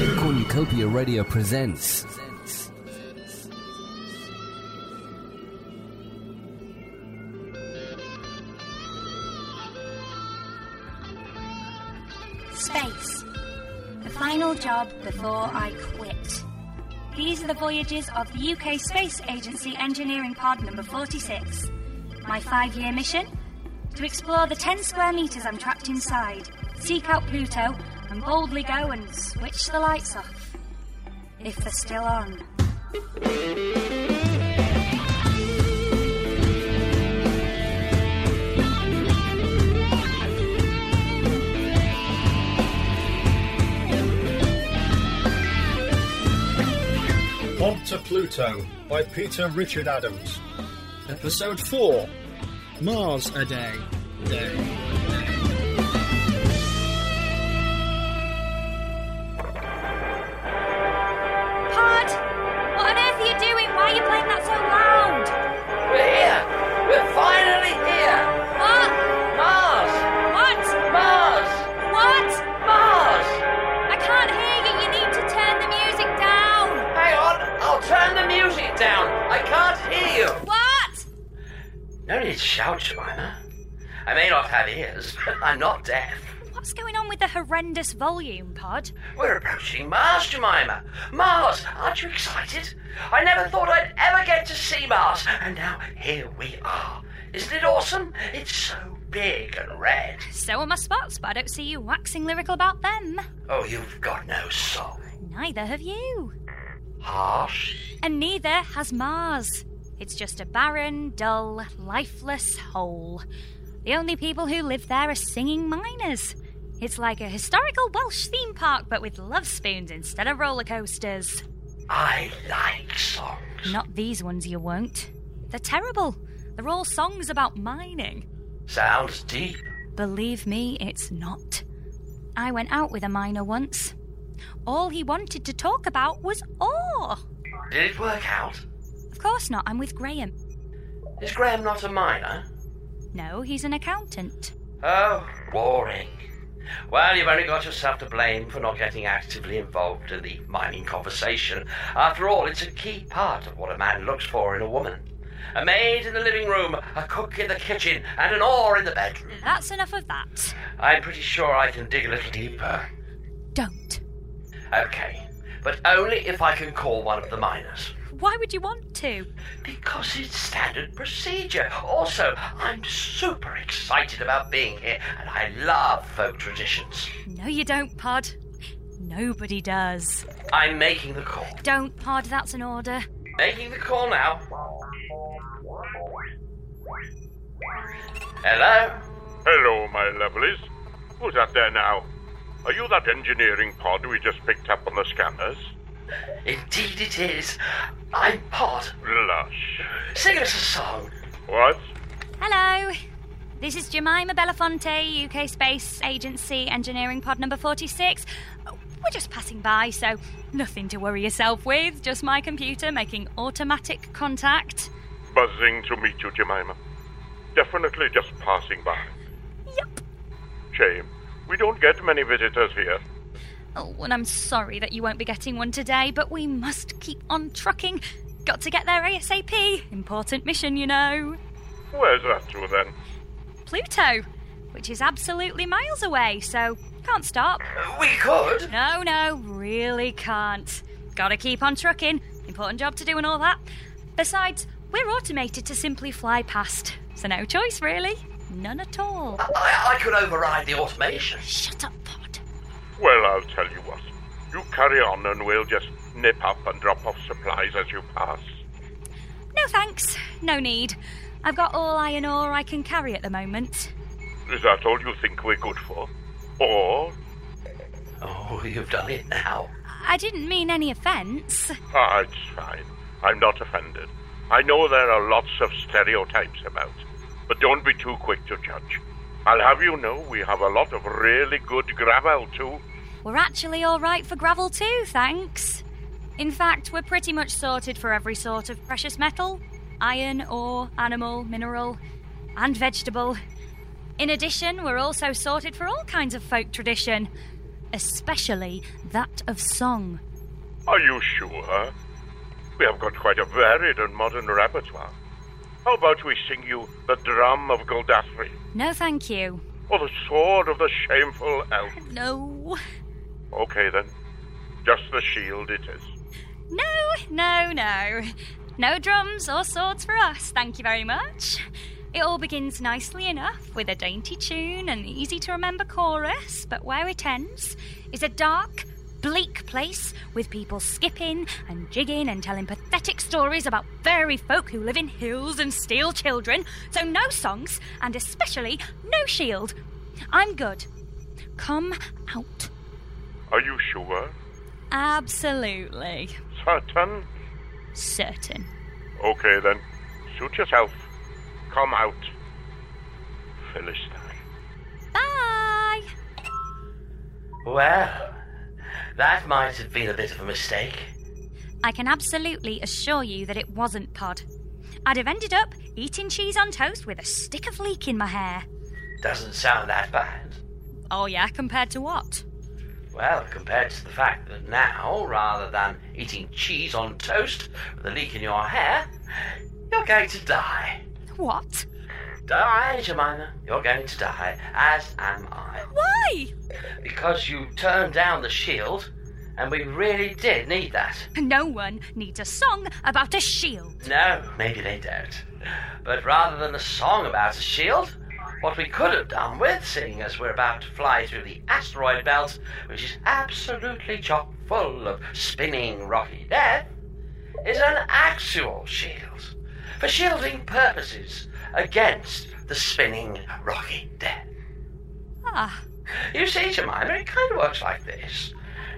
Utopia Radio presents. Space. The final job before I quit. These are the voyages of the UK Space Agency Engineering Pod number 46. My five year mission? To explore the 10 square metres I'm trapped inside, seek out Pluto, and boldly go and switch the lights off. If they're still on. On to Pluto by Peter Richard Adams. Episode 4 Mars a Day. Day. Pod! What on earth are you doing? Why are you playing that so loud? We're here! We're finally here! What? Mars! What? Mars! What? Mars! I can't hear you. You need to turn the music down. Hang on, I'll turn the music down. I can't hear you. What? No need to shout, Jemima. I may not have ears, but I'm not deaf. What's going on with the horrendous volume, Pod? We're approaching Mars, Jemima. Mars, aren't you excited? I never thought I'd ever get to see Mars, and now here we are. Isn't it awesome? It's so big and red. So are my spots, but I don't see you waxing lyrical about them. Oh, you've got no soul. Neither have you. Harsh? And neither has Mars. It's just a barren, dull, lifeless hole. The only people who live there are singing miners. It's like a historical Welsh theme park, but with love spoons instead of roller coasters. I like songs. Not these ones, you won't. They're terrible. They're all songs about mining. Sounds deep. Believe me, it's not. I went out with a miner once. All he wanted to talk about was ore. Did it work out? Of course not, I'm with Graham. Is Graham not a miner? No, he's an accountant. Oh, boring. Well, you've only got yourself to blame for not getting actively involved in the mining conversation. After all, it's a key part of what a man looks for in a woman. A maid in the living room, a cook in the kitchen, and an oar in the bedroom. That's enough of that. I'm pretty sure I can dig a little deeper. Don't. Okay, but only if I can call one of the miners. Why would you want to? Because it's standard procedure. Also, I'm super excited about being here, and I love folk traditions. No, you don't, Pod. Nobody does. I'm making the call. Don't, Pod, that's an order. Making the call now. Hello? Hello, my lovelies. Who's that there now? Are you that engineering pod we just picked up on the scanners? Indeed it is. I'm Pod. Lush. Sing us a song. What? Hello. This is Jemima Belafonte, UK Space Agency Engineering Pod number 46. Oh, We're just passing by, so nothing to worry yourself with. Just my computer making automatic contact. Buzzing to meet you, Jemima. Definitely just passing by. Yup. Shame. We don't get many visitors here. Oh, and I'm sorry that you won't be getting one today, but we must keep on trucking. Got to get there ASAP. Important mission, you know. Where's that to then? Pluto, which is absolutely miles away, so can't stop. We could. No, no, really can't. Gotta keep on trucking. Important job to do and all that. Besides, we're automated to simply fly past, so no choice really. None at all. I, I could override the automation. Shut up, Pod. Well, I'll tell you what. You carry on and we'll just nip up and drop off supplies as you pass. No thanks, no need. I've got all iron ore I can carry at the moment. Is that all you think we're good for? Or Oh, you've done it now. I didn't mean any offence. Ah, it's fine. I'm not offended. I know there are lots of stereotypes about, but don't be too quick to judge. I'll have you know we have a lot of really good gravel too. We're actually all right for gravel too, thanks. In fact, we're pretty much sorted for every sort of precious metal iron, ore, animal, mineral, and vegetable. In addition, we're also sorted for all kinds of folk tradition, especially that of song, Are you sure? We have got quite a varied and modern repertoire. How about we sing you the drum of Goldathri, No, thank you. or the sword of the shameful elf? No. Okay then, just the shield it is. No, no, no. No drums or swords for us, thank you very much. It all begins nicely enough with a dainty tune and easy to remember chorus, but where it ends is a dark, bleak place with people skipping and jigging and telling pathetic stories about fairy folk who live in hills and steal children, so no songs and especially no shield. I'm good. Come out. Are you sure? Absolutely. Certain? Certain. Okay then, suit yourself. Come out, Philistine. Bye! Well, that might have been a bit of a mistake. I can absolutely assure you that it wasn't Pod. I'd have ended up eating cheese on toast with a stick of leek in my hair. Doesn't sound that bad. Oh, yeah, compared to what? Well, compared to the fact that now, rather than eating cheese on toast with a leak in your hair, you're going to die. What? Die, Jemima. You're going to die, as am I. Why? Because you turned down the shield, and we really did need that. No one needs a song about a shield. No, maybe they don't. But rather than a song about a shield, what we could have done with, seeing as we're about to fly through the asteroid belt, which is absolutely chock full of spinning rocky death, is an actual shield. For shielding purposes against the spinning rocky death. Ah, You see, Jemima, it kind of works like this.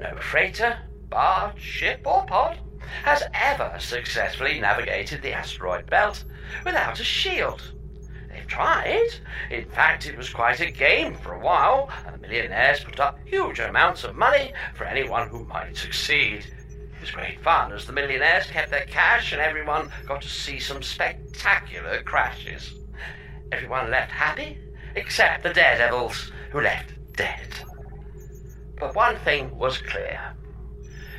No freighter, barge, ship, or pod has ever successfully navigated the asteroid belt without a shield. They've tried. In fact, it was quite a game for a while, and millionaires put up huge amounts of money for anyone who might succeed. It was great fun as the millionaires kept their cash and everyone got to see some spectacular crashes. Everyone left happy, except the daredevils who left dead. But one thing was clear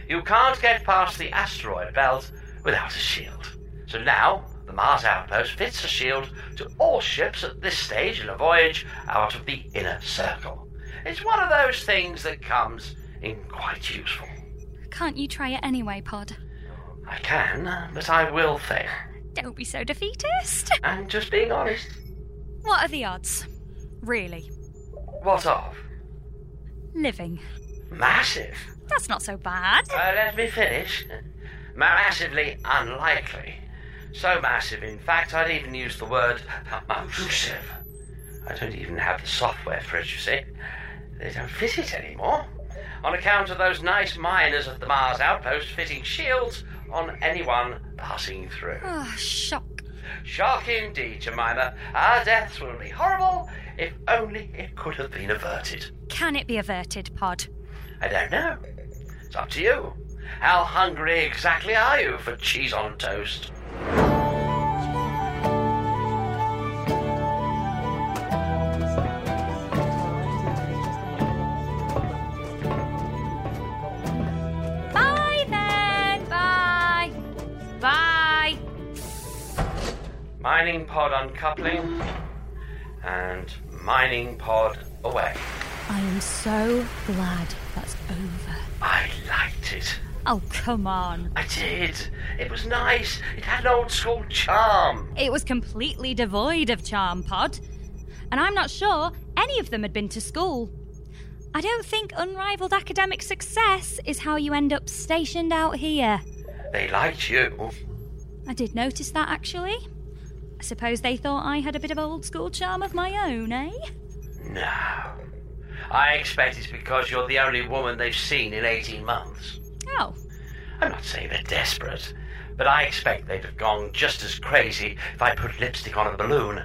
you can't get past the asteroid belt without a shield. So now, the Mars outpost fits a shield to all ships at this stage in a voyage out of the inner circle. It's one of those things that comes in quite useful. can't you try it anyway, Pod? I can, but I will fail. Don't be so defeatist. I'm just being honest. What are the odds? Really? What of? Living. Massive. That's not so bad. Uh, let me finish. Massively unlikely. So massive, in fact, I'd even use the word obtrusive. I don't even have the software for it, you see. They don't fit it anymore. On account of those nice miners at the Mars outpost fitting shields on anyone passing through. Oh, shock. Shock indeed, Jemima. Our deaths will be horrible if only it could have been averted. Can it be averted, Pod? I don't know. It's up to you. How hungry exactly are you for cheese on toast? Bye then. Bye. Bye. Mining pod uncoupling and mining pod away. I am so glad that's over. I liked it. Oh, come on. I did. It was nice. It had an old school charm. It was completely devoid of charm, Pod. And I'm not sure any of them had been to school. I don't think unrivaled academic success is how you end up stationed out here. They liked you. I did notice that, actually. I suppose they thought I had a bit of old school charm of my own, eh? No. I expect it's because you're the only woman they've seen in 18 months. Oh, I'm not saying they're desperate, but I expect they'd have gone just as crazy if I put lipstick on a balloon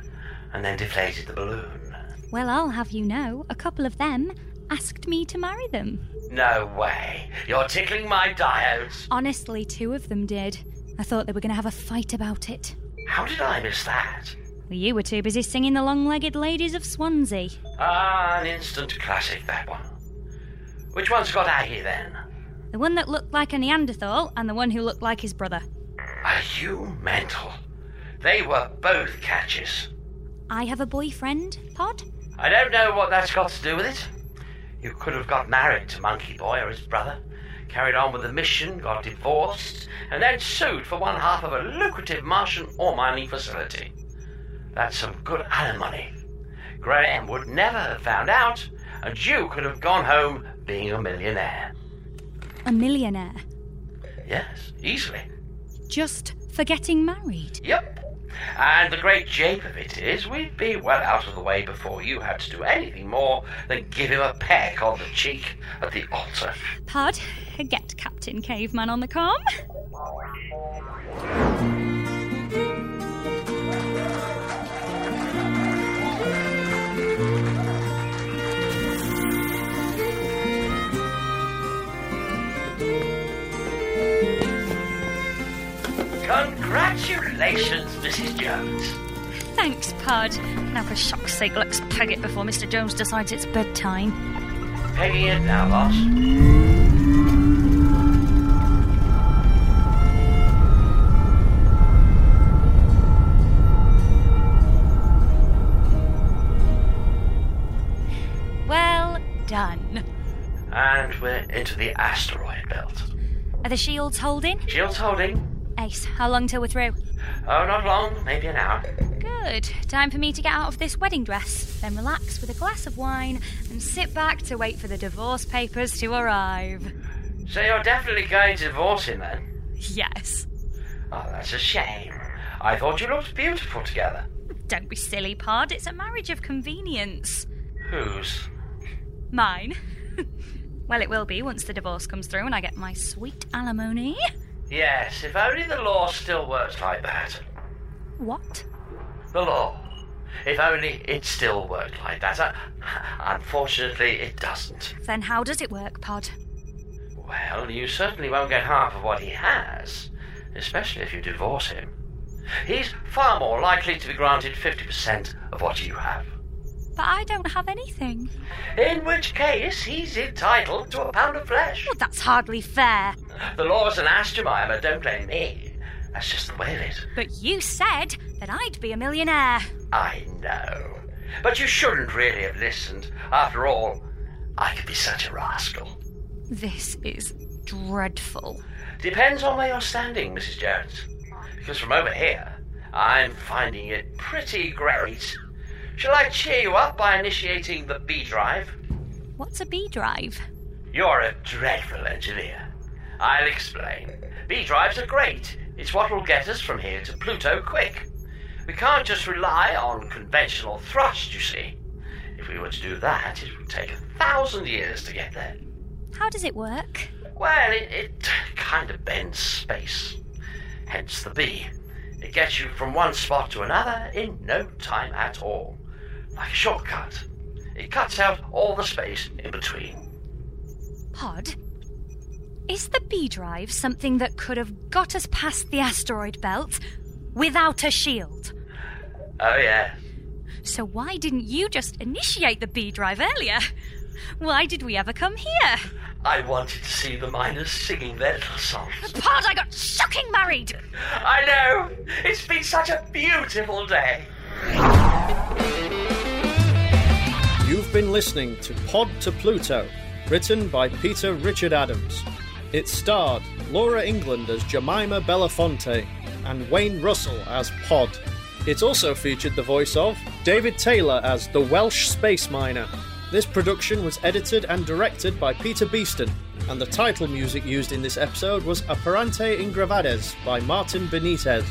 and then deflated the balloon. well, I'll have you know, a couple of them asked me to marry them. No way. You're tickling my diodes. Honestly, two of them did. I thought they were going to have a fight about it. How did I miss that? Well, you were too busy singing the long legged ladies of Swansea. Ah, an instant classic, that one. Which one's got Aggie then? The one that looked like a Neanderthal and the one who looked like his brother. Are you mental? They were both catches. I have a boyfriend, Pod? I don't know what that's got to do with it. You could have got married to Monkey Boy or his brother, carried on with the mission, got divorced, and then sued for one half of a lucrative Martian ore mining facility. That's some good alimony. Graham would never have found out, and you could have gone home being a millionaire. A millionaire. Yes, easily. Just for getting married. Yep. And the great jape of it is, we'd be well out of the way before you had to do anything more than give him a peck on the cheek at the altar. Pod, get Captain Caveman on the com. Congratulations, Mrs. Jones. Thanks, Pod. Now, for shock's sake, let's peg it before Mr. Jones decides it's bedtime. Pegging it now, boss. Well done. And we're into the asteroid belt. Are the shields holding? Shield's holding. Ace, how long till we're through? Oh, not long, maybe an hour. Good. Time for me to get out of this wedding dress, then relax with a glass of wine and sit back to wait for the divorce papers to arrive. So you're definitely going to divorce him then? Yes. Oh, that's a shame. I thought you looked beautiful together. Don't be silly, Pod. It's a marriage of convenience. Who's? Mine. well, it will be once the divorce comes through and I get my sweet alimony. Yes, if only the law still works like that. What? The law. If only it still worked like that. Uh, Unfortunately, it doesn't. Then how does it work, Pod? Well, you certainly won't get half of what he has, especially if you divorce him. He's far more likely to be granted 50% of what you have. But I don't have anything. In which case, he's entitled to a pound of flesh. Well, that's hardly fair. The law's an astromimer, don't blame me. That's just the way of it. But you said that I'd be a millionaire. I know. But you shouldn't really have listened. After all, I could be such a rascal. This is dreadful. Depends on where you're standing, Mrs. Jones. Because from over here, I'm finding it pretty great. Shall I cheer you up by initiating the B drive? What's a B drive? You're a dreadful engineer. I'll explain. B drives are great. It's what will get us from here to Pluto quick. We can't just rely on conventional thrust, you see. If we were to do that, it would take a thousand years to get there. How does it work? Well, it, it kind of bends space. Hence the B. It gets you from one spot to another in no time at all. Like a shortcut. It cuts out all the space in between. Pod? Is the B drive something that could have got us past the asteroid belt without a shield? Oh, yeah. So why didn't you just initiate the B drive earlier? Why did we ever come here? I wanted to see the miners singing their little songs. Pod, I got shocking married! I know! It's been such a beautiful day. You've been listening to Pod to Pluto, written by Peter Richard Adams. It starred Laura England as Jemima Belafonte and Wayne Russell as Pod. It also featured the voice of David Taylor as the Welsh Space Miner. This production was edited and directed by Peter Beeston, and the title music used in this episode was Apparente Ingravades by Martin Benitez.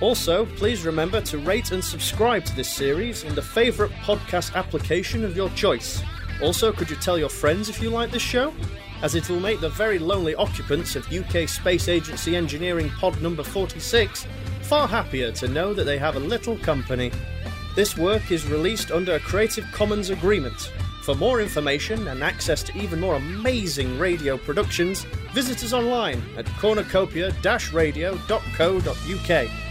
Also, please remember to rate and subscribe to this series in the favourite podcast application of your choice. Also, could you tell your friends if you like this show? As it will make the very lonely occupants of UK Space Agency Engineering Pod number 46 far happier to know that they have a little company. This work is released under a Creative Commons agreement. For more information and access to even more amazing radio productions, visit us online at cornucopia-radio.co.uk.